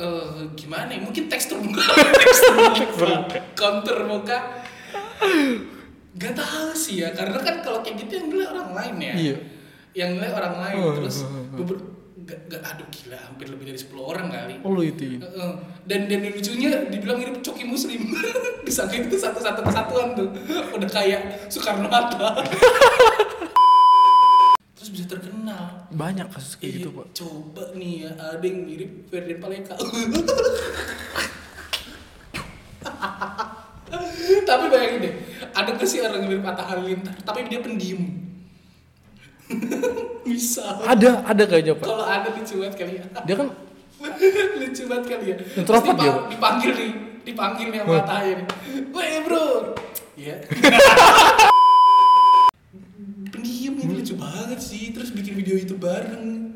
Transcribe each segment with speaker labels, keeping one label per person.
Speaker 1: eh gimana ya? Mungkin tekstur muka, tekstur muka, kontur muka. Gak tahu sih ya, karena kan kalau kayak gitu yang ngeliat orang lain ya.
Speaker 2: Iya.
Speaker 1: Yang ngeliat orang lain
Speaker 2: Oh,
Speaker 1: terus
Speaker 2: oh, oh, oh.
Speaker 1: beber- gak, gak- aduh gila hampir lebih dari 10 orang kali.
Speaker 2: Oh lu itu.
Speaker 1: Heeh. Dan dan yang lucunya dibilang mirip coki muslim. Disangkain itu satu-satu kesatuan tuh. Udah kayak Soekarno Hatta. Terus bisa terkenal.
Speaker 2: Banyak kasus kayak gitu,
Speaker 1: Iya,
Speaker 2: Pak.
Speaker 1: Coba nih ya, ada yang mirip Ferdian Paleka. tapi bayangin deh, ada gak sih orang yang mirip Atta Halilintar, tapi dia pendiam. Misal,
Speaker 2: Ada, ada kayaknya, Pak.
Speaker 1: kalau ada lucu banget kali ya.
Speaker 2: Dia kan
Speaker 1: lucu banget kali ya. Terus
Speaker 2: Introvert dia.
Speaker 1: dipang- Dipanggil nih, dipanggil nih sama
Speaker 2: Wah.
Speaker 1: Atta ini. Weh bro, ya. pendiam ini lucu banget sih, terus bikin video itu bareng.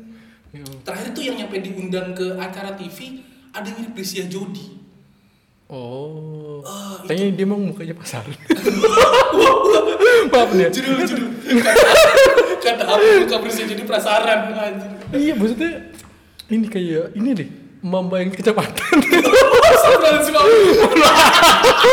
Speaker 2: Ya
Speaker 1: Terakhir tuh yang nyampe diundang ke acara TV ada yang mirip Desi Jody.
Speaker 2: Oh.
Speaker 1: Ah,
Speaker 2: Kayaknya dia emang mukanya pasar. Maaf nih.
Speaker 1: Judul judul. Kata aku buka Desi Jody prasaran anjir.
Speaker 2: Iya, maksudnya ini kayak ini deh, membayang kecepatan.
Speaker 1: Astagfirullahaladzim.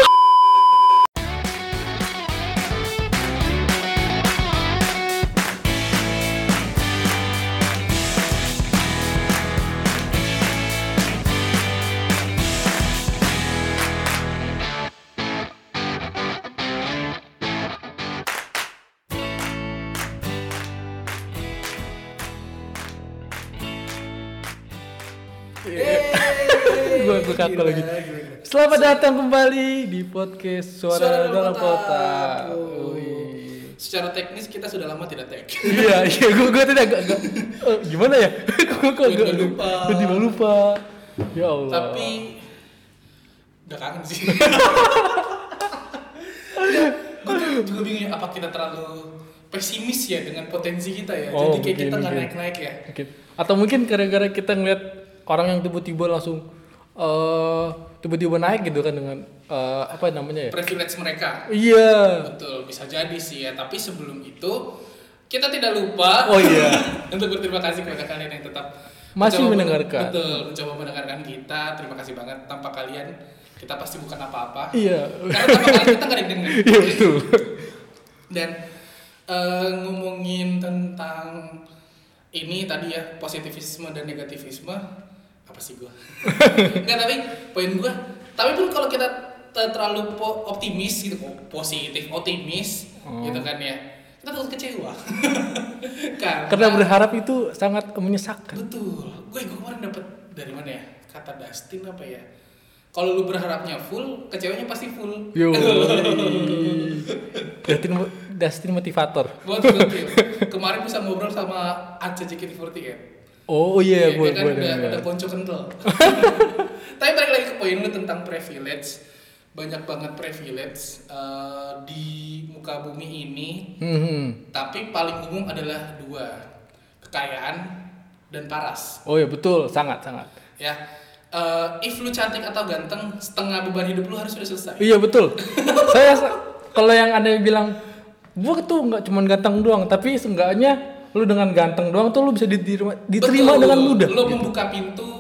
Speaker 1: Yeay.
Speaker 2: Gua- gua kaku
Speaker 1: Gila,
Speaker 2: lagi.
Speaker 1: gila, gila.
Speaker 2: Selamat datang kembali di podcast Suara, Dalam Kota.
Speaker 1: Oh.
Speaker 2: Wih.
Speaker 1: Secara teknis kita sudah lama tidak tag.
Speaker 2: iya iya gue gue tidak gak, gak, eh, gimana ya gue kok
Speaker 1: Tiba-tiba
Speaker 2: gak
Speaker 1: lupa.
Speaker 2: gue tiba lupa ya allah
Speaker 1: Tapi udah kangen sih. Gue juga bingung ya, apa kita terlalu pesimis ya dengan potensi kita ya.
Speaker 2: Oh,
Speaker 1: Jadi kayak kita
Speaker 2: mungkin,
Speaker 1: nggak
Speaker 2: mungkin.
Speaker 1: naik-naik ya.
Speaker 2: Mungkin. atau mungkin gara-gara kita ngeliat orang yang tiba-tiba langsung eh tiba-tiba naik gitu kan dengan eh, apa namanya ya
Speaker 1: Privilege mereka.
Speaker 2: iya
Speaker 1: Betul, bisa jadi sih ya. Tapi sebelum itu kita tidak lupa
Speaker 2: Oh, iya.
Speaker 1: untuk berterima kasih kepada kalian yang tetap
Speaker 2: Masih
Speaker 1: mencoba-
Speaker 2: mendengarkan.
Speaker 1: Betul, mencoba mendengarkan kita. Terima kasih banget. Tanpa kalian kita pasti bukan apa-apa.
Speaker 2: iya
Speaker 1: Karena tanpa kalian kita nggak didengar.
Speaker 2: iya betul
Speaker 1: Dan eh, ngomongin tentang ini tadi ya positivisme dan negativisme apa sih gua? Enggak tapi poin gua. Tapi pun kalau kita te- terlalu po- optimis gitu, po- positif optimis
Speaker 2: Oh.
Speaker 1: gitu kan ya, kita takut kecewa. Karena
Speaker 2: karena berharap itu sangat menyesakan
Speaker 1: Betul. Gue gue kemarin dapet dari mana ya? Kata Dustin apa ya? Kalau lu berharapnya full, kecewanya pasti full.
Speaker 2: yo Dustin Dustin motivator
Speaker 1: Buat gokil. gitu. Kemarin bisa ngobrol sama Aca JKT48.
Speaker 2: oh iya
Speaker 1: kan? Iya,
Speaker 2: gue
Speaker 1: dia kan
Speaker 2: gue
Speaker 1: udah, udah
Speaker 2: dengar.
Speaker 1: ponco kental. Tapi balik lagi ke poin lu tentang privilege. Banyak banget privilege eh, di muka bumi ini.
Speaker 2: Mhm.
Speaker 1: Tapi paling umum adalah dua. Kekayaan dan paras.
Speaker 2: oh iya betul sangat sangat
Speaker 1: ya eh, if lu cantik atau ganteng setengah beban hidup lu harus sudah selesai
Speaker 2: Iya betul. Saya se- kalau yang ada yang bilang gua tuh nggak cuman ganteng doang, tapi seenggaknya lu dengan ganteng doang tuh lu bisa diterima, diterima
Speaker 1: Betul,
Speaker 2: dengan mudah. Gitu.
Speaker 1: lu membuka pintu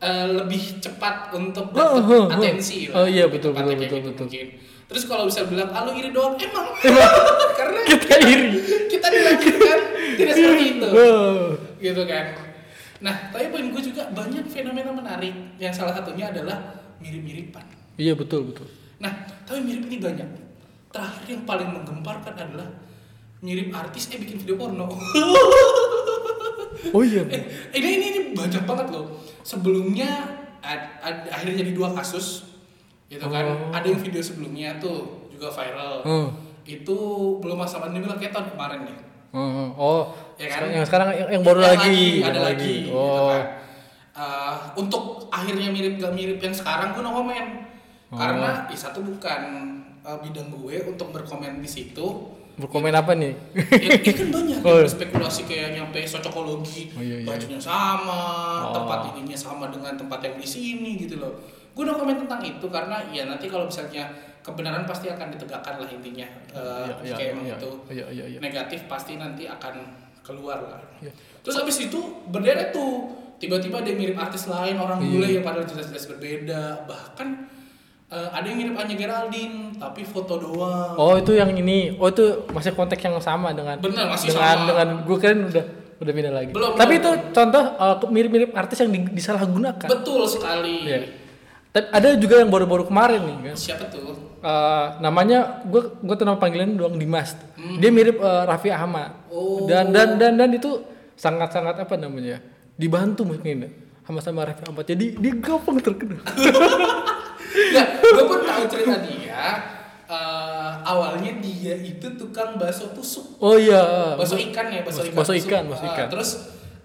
Speaker 1: eh, lebih cepat untuk
Speaker 2: Oh,
Speaker 1: dapat
Speaker 2: oh, oh.
Speaker 1: atensi
Speaker 2: Oh, iya, betul,
Speaker 1: Tepatnya kayak
Speaker 2: betul, betul,
Speaker 1: gitu
Speaker 2: betul.
Speaker 1: mungkin. terus kalau bisa bilang ah lu iri doang emang karena
Speaker 2: Kita iri.
Speaker 1: kita dilahirkan tidak seperti itu
Speaker 2: Wow.
Speaker 1: gitu kan nah tapi poin gue juga banyak fenomena menarik yang salah satunya adalah mirip-miripan
Speaker 2: Iya betul betul.
Speaker 1: Nah, tapi mirip ini banyak. Terakhir yang paling menggemparkan adalah mirip artis eh bikin video porno.
Speaker 2: Oh iya.
Speaker 1: eh,
Speaker 2: Bu.
Speaker 1: ini ini ini banyak banget loh. Sebelumnya ad- ad- akhirnya jadi dua kasus gitu kan.
Speaker 2: Oh.
Speaker 1: Ada yang video sebelumnya tuh juga viral.
Speaker 2: Hmm.
Speaker 1: Itu belum masalah ini bilang kayak tahun kemarin nih.
Speaker 2: Hmm, Oh,
Speaker 1: Ya kan?
Speaker 2: yang sekarang yang, yang baru lagi, yang
Speaker 1: ada lagi. gitu
Speaker 2: Oh,
Speaker 1: kan. Eh, untuk akhirnya mirip gak mirip yang sekarang gue no comment
Speaker 2: Oh.
Speaker 1: karena ih, satu bukan eh, bidang gue untuk berkomen di situ
Speaker 2: berkomen apa nih?
Speaker 1: ya, ini kan banyak
Speaker 2: Oh.
Speaker 1: yang spekulasi kayak nyampe socokologi
Speaker 2: Oh, iya, iya.
Speaker 1: bajunya sama
Speaker 2: Oh.
Speaker 1: tempat ininya sama dengan tempat yang di sini gitu loh gue udah komen tentang itu karena ya nanti kalau misalnya kebenaran pasti akan ditegakkan lah intinya Eh,
Speaker 2: Iya,
Speaker 1: jika
Speaker 2: iya,
Speaker 1: emang
Speaker 2: iya.
Speaker 1: itu
Speaker 2: Iya, iya, iya.
Speaker 1: negatif pasti nanti akan keluar lah
Speaker 2: Iya.
Speaker 1: terus abis itu berderet tuh tiba-tiba ada yang mirip artis lain orang
Speaker 2: Iya.
Speaker 1: bule yang padahal jelas-jelas berbeda bahkan eh, ada yang mirip Anya Geraldine tapi foto doang
Speaker 2: Oh itu yang ini, oh itu masih konteks yang sama dengan
Speaker 1: Benar, masih
Speaker 2: dengan
Speaker 1: sama.
Speaker 2: dengan gue keren udah udah pindah lagi.
Speaker 1: Belum,
Speaker 2: Tapi
Speaker 1: belum,
Speaker 2: itu contoh uh, mirip-mirip artis yang di- disalahgunakan.
Speaker 1: betul sekali
Speaker 2: kan. Iya. Tapi ada juga yang baru-baru kemarin nih kan.
Speaker 1: siapa tuh
Speaker 2: Eh, namanya gue gue tuh nama panggilan doang Dimas. Dia mirip eh, Raffi Ahmad.
Speaker 1: Oh.
Speaker 2: Dan dan dan dan itu sangat-sangat apa namanya? Dibantu mungkin ya, sama sama Raffi Ahmad. Jadi dia gampang terkenal.
Speaker 1: Nggak, gue pun tahu cerita dia Eh, awalnya dia itu tukang bakso tusuk
Speaker 2: Oh iya.
Speaker 1: bakso ikan ya bakso
Speaker 2: Bakso-
Speaker 1: ikan
Speaker 2: bakso
Speaker 1: tusuk.
Speaker 2: ikan, bakso
Speaker 1: Ah,
Speaker 2: ikan.
Speaker 1: terus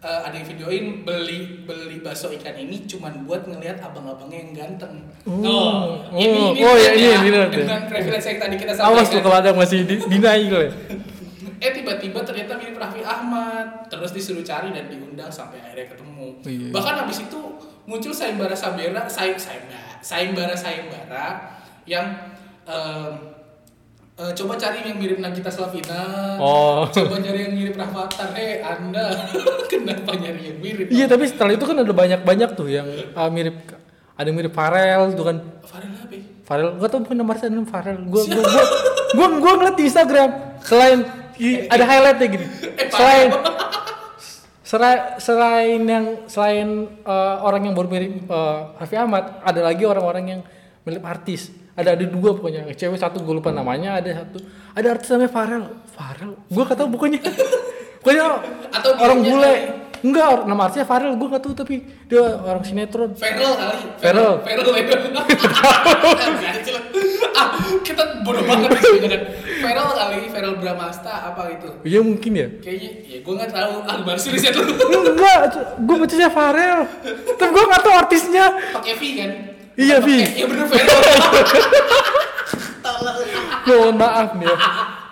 Speaker 1: eh, ada yang videoin beli beli bakso ikan ini cuman buat ngelihat abang-abangnya yang ganteng
Speaker 2: Oh.
Speaker 1: Tuh,
Speaker 2: Oh, oh,
Speaker 1: relate
Speaker 2: iya, ini relate ya.
Speaker 1: dengan privilege yang tadi kita
Speaker 2: Awas tuh
Speaker 1: sampaikan
Speaker 2: kalau ada yang masih di, dinaik lo ya.
Speaker 1: eh tiba-tiba ternyata mirip Raffi Ahmad terus disuruh cari dan diundang sampai akhirnya ketemu
Speaker 2: Iya.
Speaker 1: bahkan habis itu muncul sayembara sabera say, sayembara sayembara sayembara yang em, eh, coba cari yang mirip Nagita Slavina
Speaker 2: Oh.
Speaker 1: coba nyari yang mirip Rahmatar eh anda kenapa nyari yang mirip
Speaker 2: Iya tapi setelah itu kan ada banyak-banyak tuh yang ah, mirip ada yang mirip Farel tuh kan
Speaker 1: Farel apa ya?
Speaker 2: Farel gua tau bukan nama artis, ada nama Farel gua gua gua, gua, gua ngeliat di Instagram selain i-
Speaker 1: Iya.
Speaker 2: ada highlightnya
Speaker 1: Eh,
Speaker 2: gini selain serai- selain yang selain eh, orang yang baru mirip eh, Raffi Ahmad ada lagi orang-orang yang mirip artis ada ada dua pokoknya cewek satu gue lupa namanya ada satu ada artis namanya Farel Farel gua kata pokoknya pokoknya
Speaker 1: Atau
Speaker 2: orang
Speaker 1: dia-
Speaker 2: bule enggak or- nama artisnya Farel gue nggak tahu tapi dia orang sinetron
Speaker 1: Feral kali. ya.
Speaker 2: Feral.
Speaker 1: Feral itu. Nggak ada celah. ah, kita bodoh banget sih dengan Feral kali, Feral Bramasta apa gitu.
Speaker 2: iya mungkin ya
Speaker 1: Kayaknya ya gue nggak tahu. Ah, baru sih riset lu.
Speaker 2: enggak gue bacanya Farel tapi gue nggak tahu artisnya
Speaker 1: Pakai V kan?
Speaker 2: Iya, V.
Speaker 1: Pakai- Iya bener Feral. Tolol.
Speaker 2: mohon maaf nih ya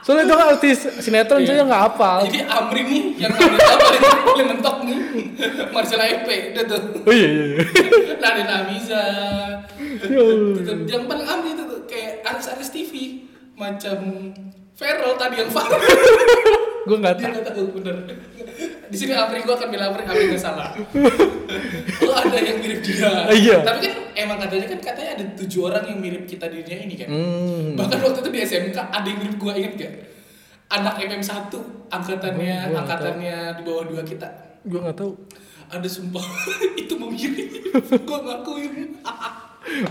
Speaker 2: soalnya itu kan artis sinetron saya nggak hafal
Speaker 1: Jadi Amri nih yang paling apa yang paling mentok nih. Marcella EP itu tuh.
Speaker 2: oh iya iya iya.
Speaker 1: Raden Amiza.
Speaker 2: Ya Allah.
Speaker 1: Tetep- yang paling aneh itu tuh kayak artis-artis TV macam Feral tadi yang Feral.
Speaker 2: gue nggak
Speaker 1: dia
Speaker 2: tahu
Speaker 1: nggak tahu bener di sini Apri gue akan bilang Apri Apri nggak salah lo ada yang mirip dia
Speaker 2: Ah, iya.
Speaker 1: tapi kan emang katanya kan katanya ada tujuh orang yang mirip kita di dunia ini kan
Speaker 2: Hmm.
Speaker 1: bahkan waktu itu di SMK ada yang mirip gue inget gak anak MM 1 angkatannya
Speaker 2: Gua- gua nggak
Speaker 1: angkatannya di bawah dua kita
Speaker 2: gue nggak tahu
Speaker 1: ada sumpah itu memilih gue ngakuin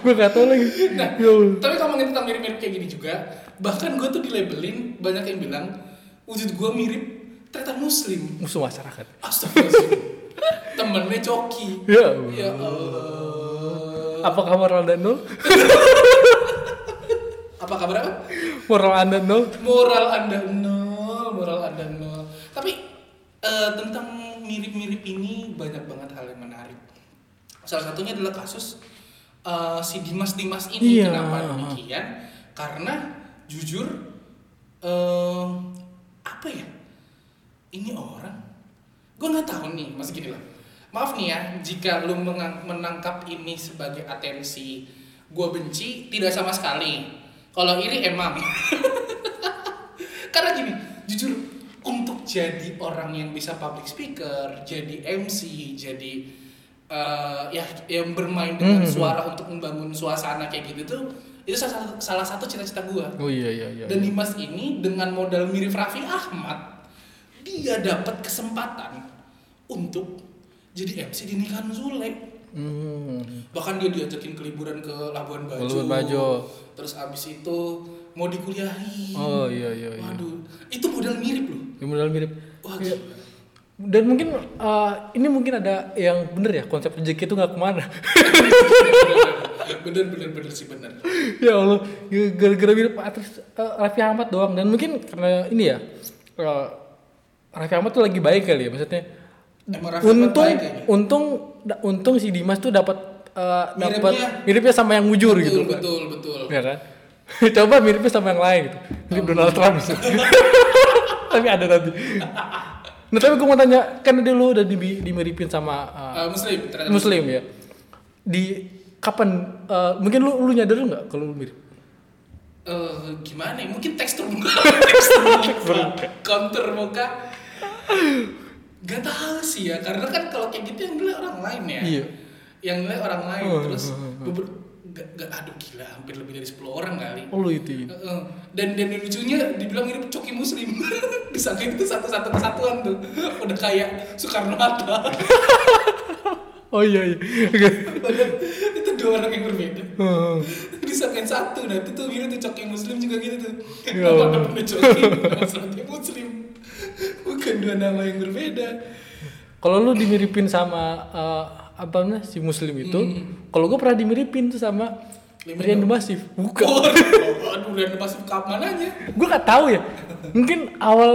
Speaker 2: gue nggak tahu lagi
Speaker 1: Nah,
Speaker 2: Ya Allah.
Speaker 1: tapi ngomongin tentang mirip-mirip kayak gini juga, bahkan gue tuh dilabelin banyak yang bilang wujud gue mirip ternyata muslim.
Speaker 2: musuh masyarakat
Speaker 1: Astagfirullahaladzim Temennya Coki
Speaker 2: Ya Allah.
Speaker 1: Ya Allah
Speaker 2: apa kabar anda nol
Speaker 1: Apa kabar apa?
Speaker 2: moral anda nol
Speaker 1: Moral anda nol Moral anda nol Tapi eh, tentang mirip-mirip ini banyak banget hal yang menarik Salah satunya adalah kasus eh, si Dimas-Dimas ini
Speaker 2: Iya.
Speaker 1: Kenapa demikian? Karena jujur eh, Apa ya? Ini orang gue nggak tahu nih mas gini lah maaf nih ya jika lu mengang- menangkap ini sebagai atensi gue benci tidak sama sekali kalau iri emang karena gini jujur untuk jadi orang yang bisa public speaker jadi MC jadi eh, ya yang bermain dengan
Speaker 2: Hmm.
Speaker 1: suara untuk membangun suasana kayak gitu tuh itu salah satu, salah satu cita-cita gue
Speaker 2: oh iya iya iya
Speaker 1: dan Dimas ini dengan modal mirip Raffi Ahmad, dia dapat kesempatan untuk jadi MC di nikahan Zule.
Speaker 2: hmm.
Speaker 1: Bahkan dia diajakin ke liburan ke Labuan Bajo.
Speaker 2: Labuan Bajo.
Speaker 1: Terus abis itu mau dikuliahin.
Speaker 2: oh iya iya iya
Speaker 1: Waduh, itu modal mirip loh.
Speaker 2: yang modal mirip
Speaker 1: Wah,
Speaker 2: Iya.
Speaker 1: gila.
Speaker 2: dan mungkin eh, ini mungkin ada yang bener ya konsep rezeki itu nggak kemana
Speaker 1: bener bener bener sih bener.
Speaker 2: ya Allah gara-gara mirip artis eh, Raffi Ahmad doang dan mungkin karena ini ya eh, Raffi Ahmad tuh lagi baik kali ya maksudnya
Speaker 1: Emang Raffi Ahmad
Speaker 2: untung
Speaker 1: baik kayaknya.
Speaker 2: untung da- untung si Dimas tuh dapat eh, dapat
Speaker 1: Miripnya-
Speaker 2: miripnya sama yang mujur
Speaker 1: betul,
Speaker 2: gitu kan.
Speaker 1: betul betul
Speaker 2: ya kan coba miripnya sama yang lain gitu mirip Donald Trump gitu. tapi ada nanti nah tapi gue mau tanya kan dulu udah dimi- dimiripin sama eh,
Speaker 1: Eh, muslim ternyata
Speaker 2: Muslim ya di kapan eh, mungkin lu lu nyadar nggak kalau lu mirip
Speaker 1: Eh, gimana ya? Mungkin tekstur muka, tekstur muka,
Speaker 2: Tekstur muka.
Speaker 1: kontur muka. Gak tahu sih ya, karena kan kalau kayak gitu yang nilai orang lain ya.
Speaker 2: Iya.
Speaker 1: Yang nilai orang lain
Speaker 2: Oh,
Speaker 1: terus
Speaker 2: oh, oh, oh.
Speaker 1: beber- gak, gak- aduh gila hampir lebih dari 10 orang kali.
Speaker 2: Oh lu itu.
Speaker 1: Heeh. Dan dan yang lucunya dibilang mirip coki muslim. Disangka itu satu-satu kesatuan tuh. Udah kayak Soekarno Hatta.
Speaker 2: Oh iya iya.
Speaker 1: Padahal itu dua orang yang berbeda.
Speaker 2: Heeh.
Speaker 1: disangkain satu nah itu tuh mirip tuh coki muslim juga gitu tuh
Speaker 2: Ya
Speaker 1: nama
Speaker 2: Allah.
Speaker 1: namanya coki nama coki muslim bukan dua nama yang berbeda
Speaker 2: Kalau lu dimiripin sama eh, apa namanya si muslim itu, kalau gue pernah dimiripin tuh sama
Speaker 1: Limin
Speaker 2: Rian Masif. Bukan.
Speaker 1: Waduh, aduh dan masuk kapan aja
Speaker 2: gue nggak tahu ya mungkin awal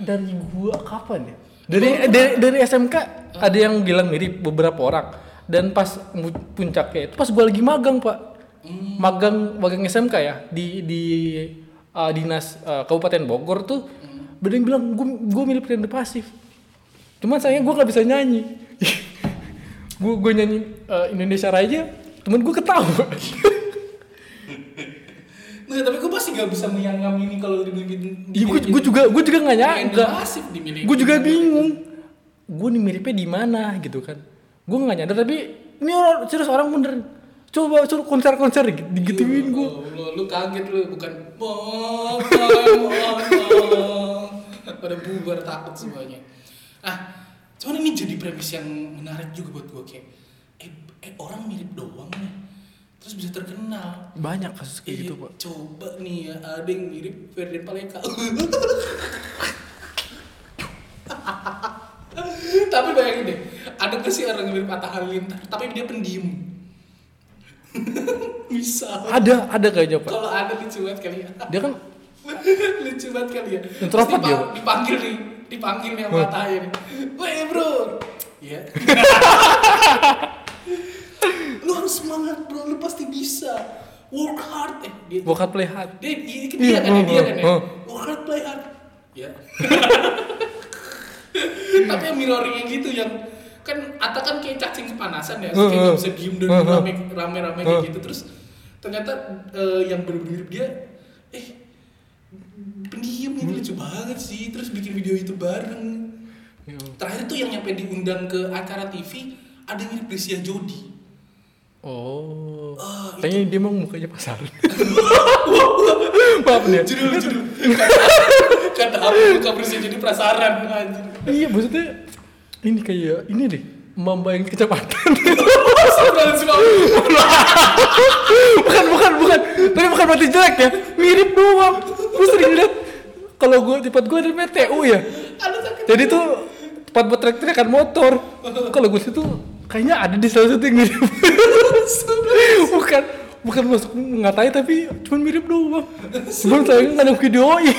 Speaker 2: dari gua kapan ya dari dari, dari SMK ada yang bilang mirip beberapa orang dan pas mu- puncaknya itu pas gua lagi magang pak magang magang SMK ya di di uh, dinas uh, Kabupaten Bogor tuh ada yang bilang gua gua mirip Rian Pasif cuman sayangnya gua nggak bisa nyanyi gua gua nyanyi uh, Indonesia Raya temen gua ketawa
Speaker 1: nah tapi gue pasti gak bisa menyangam ini kalau dibikin
Speaker 2: Iya, gua gua juga gua juga nggak nyangka
Speaker 1: masif dimiliki
Speaker 2: gue juga bingung gue nih miripnya di mana gitu kan gue nggak nyadar tapi ini orang serius orang bener coba suruh konser-konser di- digituin gue
Speaker 1: Oh, lu, lu kaget lu bukan bong bong bong, bong. pada bubar takut semuanya ah cuman ini jadi premis yang menarik juga buat gue kayak eh, eh, orang mirip doang nih terus bisa terkenal
Speaker 2: banyak kasus kayak gitu
Speaker 1: Ih,
Speaker 2: pak
Speaker 1: coba nih ya ada yang mirip Ferdinand Paleka tapi bayangin deh ada gak sih orang yang mirip Atta Halilintar tapi dia pendiam bisa
Speaker 2: ada ada kayaknya pak
Speaker 1: kalau ada lucu banget kali ya
Speaker 2: dia kan
Speaker 1: lucu banget kali ya
Speaker 2: Introvert
Speaker 1: Terus
Speaker 2: dia.
Speaker 1: dipanggil nih dipanggil nih sama Atta ini weh bro iya lu harus semangat bro lu pasti bisa work hard eh dia
Speaker 2: bukan play hard
Speaker 1: dia dia, dia,
Speaker 2: Iya,
Speaker 1: kan
Speaker 2: oh,
Speaker 1: dia
Speaker 2: oh,
Speaker 1: kan ya
Speaker 2: oh.
Speaker 1: work hard play hard ya tapi yang mirroringnya gitu yang kan Atta kan kayak cacing kepanasan ya
Speaker 2: Oh,
Speaker 1: kayak nggak
Speaker 2: oh.
Speaker 1: bisa diem dan
Speaker 2: Oh, oh.
Speaker 1: rame rame rame kayak
Speaker 2: Oh.
Speaker 1: gitu terus ternyata eh, yang bener-bener dia eh pendiam ini lucu banget sih terus bikin video itu bareng terakhir tuh yang nyampe diundang ke acara TV ada yang mirip Desi Jody
Speaker 2: oh
Speaker 1: Ah,
Speaker 2: kayaknya dia emang mukanya pasaran maaf dia
Speaker 1: judul judul kata apa buka bersih jadi prasaran anjir
Speaker 2: iya maksudnya ini kayak ini deh mamba yang kecepatan
Speaker 1: Astagfirullahaladzim.
Speaker 2: bukan bukan bukan tapi bukan berarti jelek ya mirip doang gue sering liat kalau gue tempat gue ada PTU ya
Speaker 1: Aduh, sakit.
Speaker 2: jadi tuh tempat buat trek trekan motor kalau gue situ kayaknya ada di salah satu yang mirip bukan bukan masuk ngatai tapi cuma mirip doang belum saya nggak ada videoin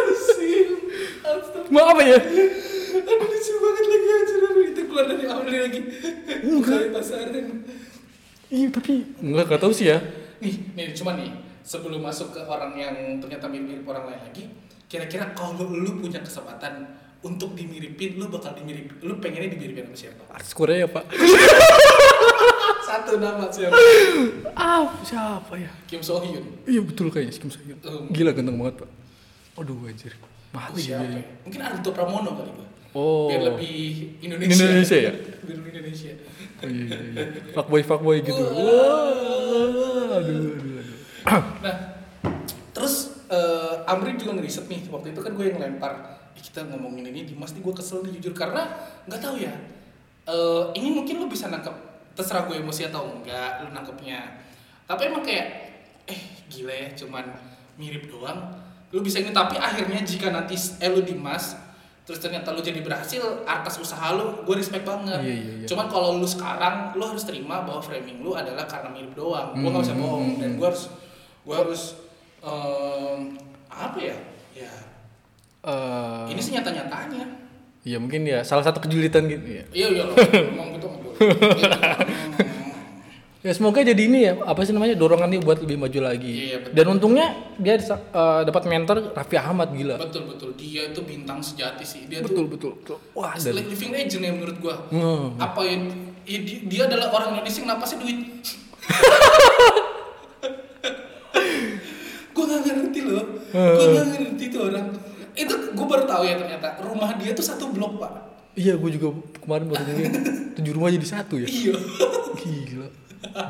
Speaker 1: Astagfirullahaladzim.
Speaker 2: maaf ya
Speaker 1: Aduh, lucu banget lagi anjir Aduh, itu keluar dari awal lagi
Speaker 2: Enggak.
Speaker 1: Dari pasaran
Speaker 2: iya tapi nggak nggak tahu sih ya
Speaker 1: nih nih cuma nih sebelum masuk ke orang yang ternyata mirip orang lain lagi kira-kira kalau lu punya kesempatan untuk dimiripin lu bakal dimirip lu pengennya dimiripin sama siapa
Speaker 2: artis Korea ya, pak
Speaker 1: satu nama siapa
Speaker 2: ah siapa ya
Speaker 1: Kim So Hyun
Speaker 2: iya betul kayaknya Kim So Hyun
Speaker 1: Hmm.
Speaker 2: gila ganteng banget pak aduh anjir mahal
Speaker 1: Aduh, siapa ya?
Speaker 2: ya
Speaker 1: mungkin Aruto Pramono kali gua
Speaker 2: Oh.
Speaker 1: biar lebih Indonesia
Speaker 2: Indonesia ya?
Speaker 1: biar lebih Indonesia
Speaker 2: Oh, iya, iya, iya. fuckboy fuckboy gitu. Wah, aduh, aduh, aduh.
Speaker 1: nah terus eh, Amri juga ngeriset nih waktu itu kan gue yang lempar "Ih, kita ngomongin ini Dimas nih gue kesel nih jujur karena nggak tahu ya eh, ini mungkin lu bisa nangkep terserah gue emosi atau enggak lu nangkepnya tapi emang kayak eh gila ya cuman mirip doang lu bisa ini tapi akhirnya jika nanti eh, lu Dimas terus ternyata lu jadi berhasil atas usaha lu gue respect banget
Speaker 2: Iya, iya, iya.
Speaker 1: cuman kalau lu sekarang lu harus terima bahwa framing lu adalah karena mirip doang gue gak bisa
Speaker 2: Hmm.
Speaker 1: bohong dan gue harus gue harus em, apa ya ya
Speaker 2: Eh,
Speaker 1: ini sih nyata nyatanya
Speaker 2: ya mungkin ya salah satu kejulitan gitu ya.
Speaker 1: iya iya loh ngomong gitu ngomong gitu.
Speaker 2: Ya semoga jadi ini ya apa sih namanya dorongan dia buat lebih maju lagi.
Speaker 1: Iya, betul.
Speaker 2: Dan untungnya dia disa- eh, dapat mentor Raffi Ahmad gila.
Speaker 1: betul betul dia itu bintang sejati sih dia tuh
Speaker 2: Betul betul. betul. Wah,
Speaker 1: It's
Speaker 2: dan,
Speaker 1: like living legend ya menurut gue
Speaker 2: Hmm.
Speaker 1: apa ya, ya di- dia adalah orang Indonesia yang napasnya duit
Speaker 2: Mm-hmm.
Speaker 1: gue gak ngerti loh gue gak ngerti tuh orang itu gue baru tahu ya ternyata rumah dia tuh satu blok pak
Speaker 2: Iya, gue juga kemarin baru ngeliat tujuh rumah jadi satu ya.
Speaker 1: iya
Speaker 2: Gila.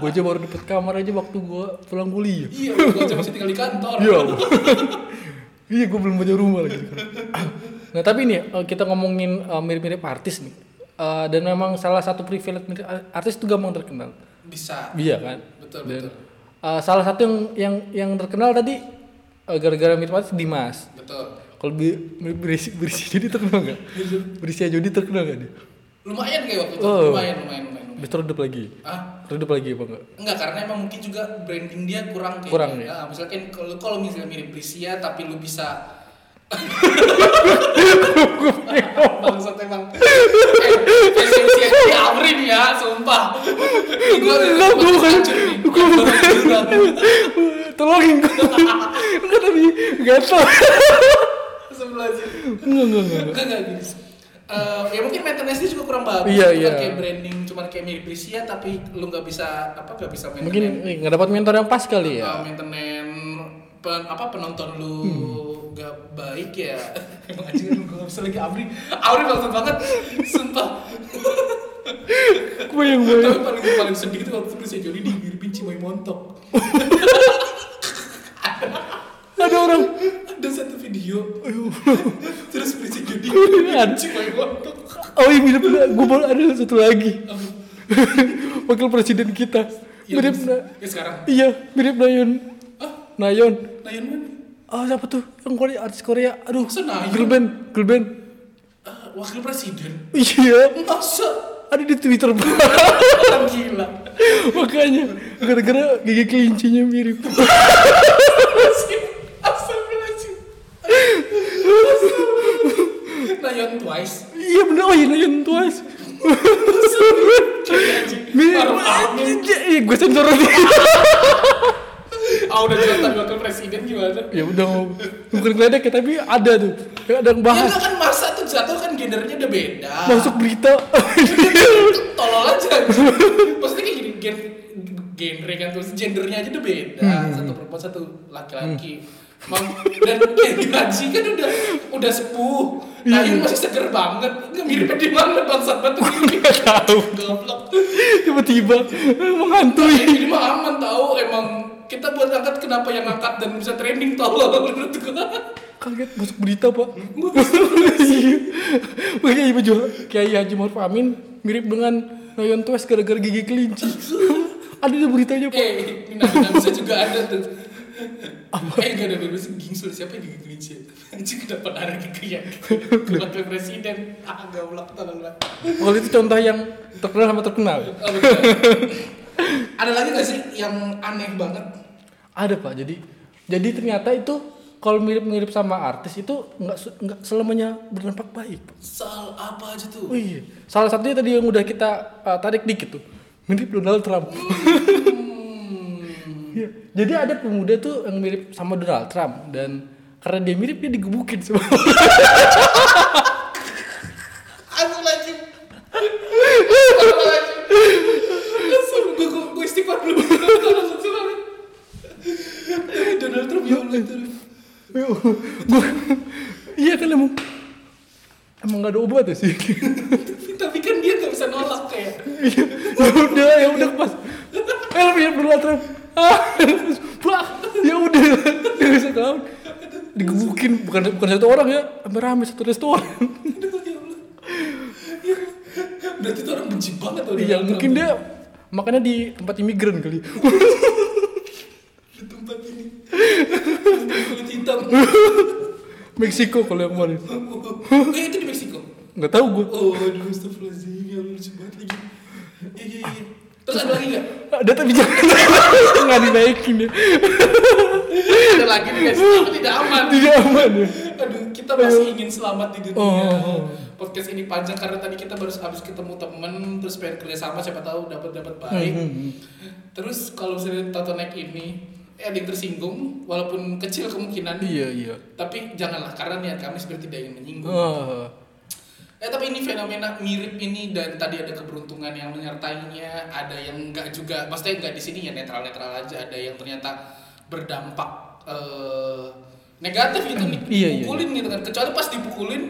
Speaker 2: Gue aja baru dapet kamar aja waktu gue pulang kuliah.
Speaker 1: iya gue aja masih tinggal di kantor
Speaker 2: Iya. Allah. iya, gue belum punya rumah lagi. nah, tapi nih eh, kita ngomongin eh, mirip-mirip artis nih. Eh, dan memang salah satu privilege mirip- artis itu gampang terkenal.
Speaker 1: bisa
Speaker 2: Iya kan?
Speaker 1: Betul,
Speaker 2: Dan,
Speaker 1: betul.
Speaker 2: eh, salah satu yang yang yang terkenal tadi eh, gara-gara mirip artis Dimas.
Speaker 1: betul
Speaker 2: Kalau bi- mirip berisi berisi jadi terkenal nggak? Berisi jadi terkenal nggak dia?
Speaker 1: lumayan kayak waktu itu
Speaker 2: Oh.
Speaker 1: lumayan lumayan lumayan, lumayan.
Speaker 2: Besok redup lagi.
Speaker 1: ah
Speaker 2: Redup lagi apa enggak?
Speaker 1: Enggak, karena emang mungkin juga branding dia kurang kayaknya.
Speaker 2: Kurang, ya.
Speaker 1: Nah, misalkan kalau kalau misalnya mirip Prisia tapi lu bisa Bangsat emang. Eh, Esensi yang diamrin ya, sumpah. Ini gua
Speaker 2: Enggak, gua bukan-
Speaker 1: hancur nih.
Speaker 2: gua bukan-
Speaker 1: Hancur banget.
Speaker 2: Tolongin gue. Enggak tapi gatel.
Speaker 1: Sebelah sini.
Speaker 2: Enggak enggak enggak.
Speaker 1: Enggak, enggak gini. Eh, ya mungkin maintenance nya juga kurang bagus.
Speaker 2: Iya,
Speaker 1: Bukan
Speaker 2: iya.
Speaker 1: Kayak branding cuman kayak mirip Prisia tapi lu nggak bisa apa nggak bisa maintenance.
Speaker 2: Mungkin eh, nggak dapat mentor yang pas
Speaker 1: ya.
Speaker 2: kali ya.
Speaker 1: maintenance pen, apa penonton lu gak baik ya emang anjing lu gak bisa lagi Abri Abri maksud banget sumpah
Speaker 2: Gue yang gue.
Speaker 1: tapi paling paling sedih itu waktu Prisya Jody digiripin Cimoy Montok
Speaker 2: Ada orang.
Speaker 1: ada satu video terus Prisya Jody
Speaker 2: Ada.
Speaker 1: Cimoy Montok
Speaker 2: Oh iya mirip gue baru ada satu lagi. Wakil presiden kita.
Speaker 1: ya,
Speaker 2: Mirip
Speaker 1: terus-
Speaker 2: na-
Speaker 1: ya sekarang
Speaker 2: Iya, mirip Nayon.
Speaker 1: ah
Speaker 2: Nayon.
Speaker 1: Nayan mana
Speaker 2: Ah siapa tuh? Yang Korea, artis Korea. Aduh,
Speaker 1: Masa Nayon?
Speaker 2: girl band, girl band.
Speaker 1: Ah, wakil presiden
Speaker 2: Iya,
Speaker 1: masa
Speaker 2: ada di Twitter Bang.
Speaker 1: orang gila
Speaker 2: Makanya gara-gara gigi kelincinya mirip.
Speaker 1: Astagfirullahaladzim. Astagfirullahaladzim. Nayon twice.
Speaker 2: Iya bener, oh iya Nayon Twice. Mirip.
Speaker 1: Baru amin.
Speaker 2: Iya, gue sensor aja.
Speaker 1: Ah udah jelas tapi wakil presiden gimana?
Speaker 2: Ya udah, bukan ngeledek ya, tapi ada tuh. Yang ada yang
Speaker 1: Ya
Speaker 2: bahas.
Speaker 1: enggak kan masa tuh satu kan gendernya udah beda.
Speaker 2: Masuk berita.
Speaker 1: Tolol aja. Maksudnya kayak gini gen genre kan terus gendernya aja udah beda.
Speaker 2: Hmm,
Speaker 1: Satu perempuan satu laki-laki. Mang dan kayak gaji kan udah udah sepuh.
Speaker 2: Iya,
Speaker 1: Nayon masih seger banget. Nggak miripnya di mana bangsa batu ini?
Speaker 2: Nggak tahu.
Speaker 1: Goblok.
Speaker 2: Tiba-tiba menghantui.
Speaker 1: ini mah aman tahu emang kita buat angkat kenapa yang angkat dan bisa trending tolong menurut gua
Speaker 2: Kaget masuk berita, Pak. Iya. Makanya Ibu jual Kiai Haji Maruf Amin mirip dengan Nayon Twice gara-gara gigi kelinci. ada di beritanya, Pak.
Speaker 1: eh ini nggak bisa juga ada tuh eh gak ada bebas gingsul siapa yang gigit kelinci anjing kenapa narik ke kayak wakil presiden ah goblok tolong lah
Speaker 2: Kalau itu contoh yang terkenal sama terkenal.
Speaker 1: Oh, betul. ada lagi gak sih yang aneh banget
Speaker 2: Ada pak. Jadi jadi ternyata itu kalau mirip-mirip sama artis itu nggak se- nggak selamanya berdampak baik. Pak.
Speaker 1: soal apa aja tuh
Speaker 2: Oh iya. Salah satunya tadi yang udah kita uh, tarik dikit tuh mirip Donald Trump. Iya. Jadi ada pemuda tuh yang mirip sama Donald Trump dan karena dia mirip dia digebukin sama
Speaker 1: Aku lagi. Aku lagi. Langsung gue gue gue istighfar dulu. Langsung semangat. Donald Trump ya Allah Trump.
Speaker 2: Gua- iya kan emang emang gak ada obat ya sih.
Speaker 1: Tapi, tapi kan dia nggak bisa nolak kayak.
Speaker 2: Iya. ya udah ya udah pas. Eh lu mirip Donald Trump. Ah, bah, ya udah. Dia bisa tahu. Digebukin bukan bukan satu orang ya, rame-rame satu restoran.
Speaker 1: Aduh ya Allah. Ya. Berarti tuh orang benci banget sama
Speaker 2: Iya,
Speaker 1: Donald
Speaker 2: mungkin
Speaker 1: Trump.
Speaker 2: dia makannya di tempat imigran kali.
Speaker 1: Di tempat ini. Kulit hitam.
Speaker 2: Meksiko kalau yang kemarin.
Speaker 1: Eh itu di Meksiko.
Speaker 2: Nggak tahu gue.
Speaker 1: Oh, aduh, astagfirullahaladzim, ya Allah, lucu banget lagi. Iya, iya, iya. Terus ada lagi nggak?
Speaker 2: Ada tapi jangan nggak dinaikin ya.
Speaker 1: Ada lagi nih guys, tapi tidak aman.
Speaker 2: Tidak aman ya.
Speaker 1: Aduh, kita masih ingin selamat di dunia.
Speaker 2: Oh.
Speaker 1: Podcast ini panjang karena tadi kita baru habis ketemu temen, terus pengen kerja sama siapa tahu dapat dapat baik. Terus kalau misalnya Tato Nek ini eh, ada yang tersinggung, walaupun kecil kemungkinan,
Speaker 2: Iya iya.
Speaker 1: tapi janganlah karena niat kami seperti tidak ingin menyinggung.
Speaker 2: Ah.
Speaker 1: Eh tapi ini fenomena mirip ini dan tadi ada keberuntungan yang menyertainya, ada yang enggak juga, maksudnya enggak di sini ya netral netral aja, ada yang ternyata berdampak eh, negatif gitu nih
Speaker 2: Iya, iya,
Speaker 1: pukulin gitu kan kecuali pas dipukulin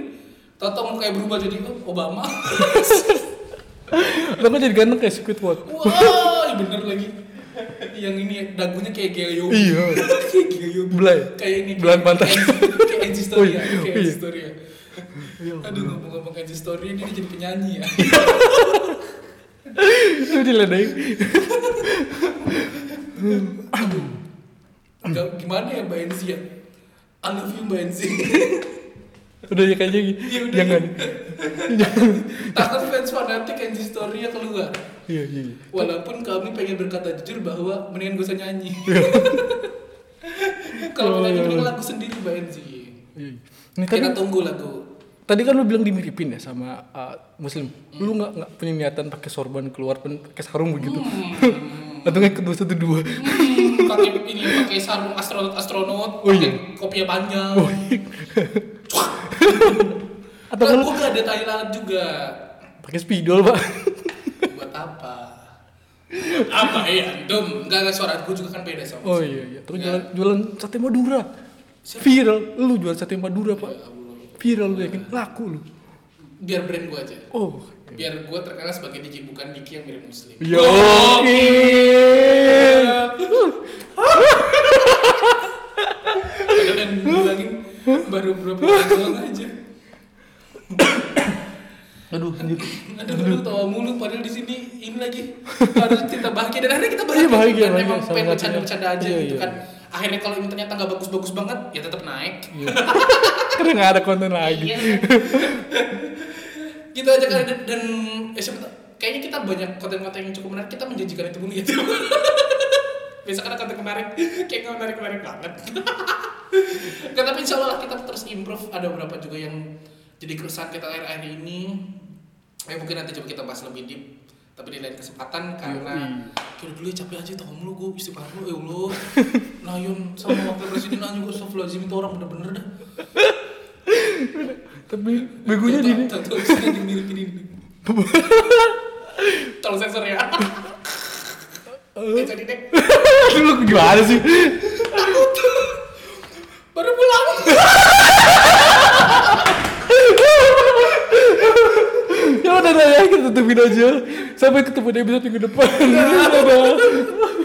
Speaker 1: Toto mukanya berubah jadi "Oh, Obama
Speaker 2: Lo kok jadi ganteng kayak Squidward?
Speaker 1: wah bener lagi yang ini dagunya kayak Gelio
Speaker 2: Iya.
Speaker 1: kayak Gelio
Speaker 2: Belai.
Speaker 1: kayak ini
Speaker 2: Belan pantai.
Speaker 1: kayak Angie Story ya,
Speaker 2: Oh, iya.
Speaker 1: kayak
Speaker 2: Iya.
Speaker 1: Angie Story aduh ngomong-ngomong Angie Story ini dia jadi penyanyi ya
Speaker 2: Itu diledain.
Speaker 1: Gak, gimana ya Mbak Enzi ya I love you Mbak Enzi
Speaker 2: Udah ya kayak gini.
Speaker 1: Iya, udah.
Speaker 2: Jangan.
Speaker 1: takut fans fanatik Angie Story nya keluar
Speaker 2: Iya, iya. iya.
Speaker 1: Walaupun kami pengen berkata jujur bahwa mendingan gue usah nyanyi. Kalau mau nyanyi mending lagu sendiri Mbak Enzi.
Speaker 2: Iya, iya. Ini tadi,
Speaker 1: Kita tunggu lagu.
Speaker 2: tadi kan lu bilang dimiripin ya sama uh, muslim. Lu nggak nggak punya niatan pakai sorban keluar pen- pakai sarung begitu. Atau nggak kedua satu dua.
Speaker 1: Hmm, pakai ini pakai sarung astronot astronot,
Speaker 2: Oh iya. Oh
Speaker 1: pakai kopiah panjang.
Speaker 2: Atau
Speaker 1: Nah,
Speaker 2: kalau
Speaker 1: gue gak ada Thailand juga.
Speaker 2: pakai spidol pak.
Speaker 1: Buat apa? apa ya? Dom, gak ada suara gue juga kan beda sama.
Speaker 2: Oh iya iya. Terus
Speaker 1: Ya.
Speaker 2: jualan, jualan sate Madura. Viral. Lu jualan sate Madura pak. Viral lu yakin laku lu.
Speaker 1: Ya Biar brand gue aja.
Speaker 2: Oh.
Speaker 1: Biar gue terkenal sebagai DJ bukan Diki yang mirip Muslim. Oh,
Speaker 2: Yo.
Speaker 1: Padahal yang bilangin baru berapa hari doang aja.
Speaker 2: Aduh. anjir.
Speaker 1: Aduh, lu tawa mulu padahal di sini ini lagi harus kita bahagia dan akhirnya kita bahagia.
Speaker 2: Iya, bahagia,
Speaker 1: Bukan
Speaker 2: bahagia.
Speaker 1: Emang
Speaker 2: Salah
Speaker 1: pengen
Speaker 2: satunya.
Speaker 1: bercanda-bercanda aja
Speaker 2: Iya,
Speaker 1: gitu
Speaker 2: iya.
Speaker 1: kan. Akhirnya kalau ini ternyata nggak bagus-bagus banget, ya tetap naik.
Speaker 2: Karena nggak ada konten lagi.
Speaker 1: Iya. gitu aja kan dan, dan eh, siapa tahu, kayaknya kita banyak konten-konten yang cukup menarik kita menjanjikan itu dulu gitu biasa kan ada konten menarik kayak nggak menarik menarik banget Nggak, tapi insya Allah lah kita terus improve ada beberapa juga yang jadi keresahan kita akhir-akhir ini eh mungkin nanti coba kita bahas lebih deep tapi di lain kesempatan karena kira dulu ya capek aja tahun lu gue istighfar lu ya Allah Nayun sama wakil presiden aja gue astagfirullahaladzim itu orang bener-bener dah
Speaker 2: Tapi begonya di
Speaker 1: Tuh, tuh, tuh, sini, gini, gini, gini, gini. Tolong sensor ya. Eh, jadi deh.
Speaker 2: lu gimana sih?
Speaker 1: Baru pulang.
Speaker 2: Ya udah udah ya kita tutupin aja. Sampai ketemu di episode minggu depan. Dadah.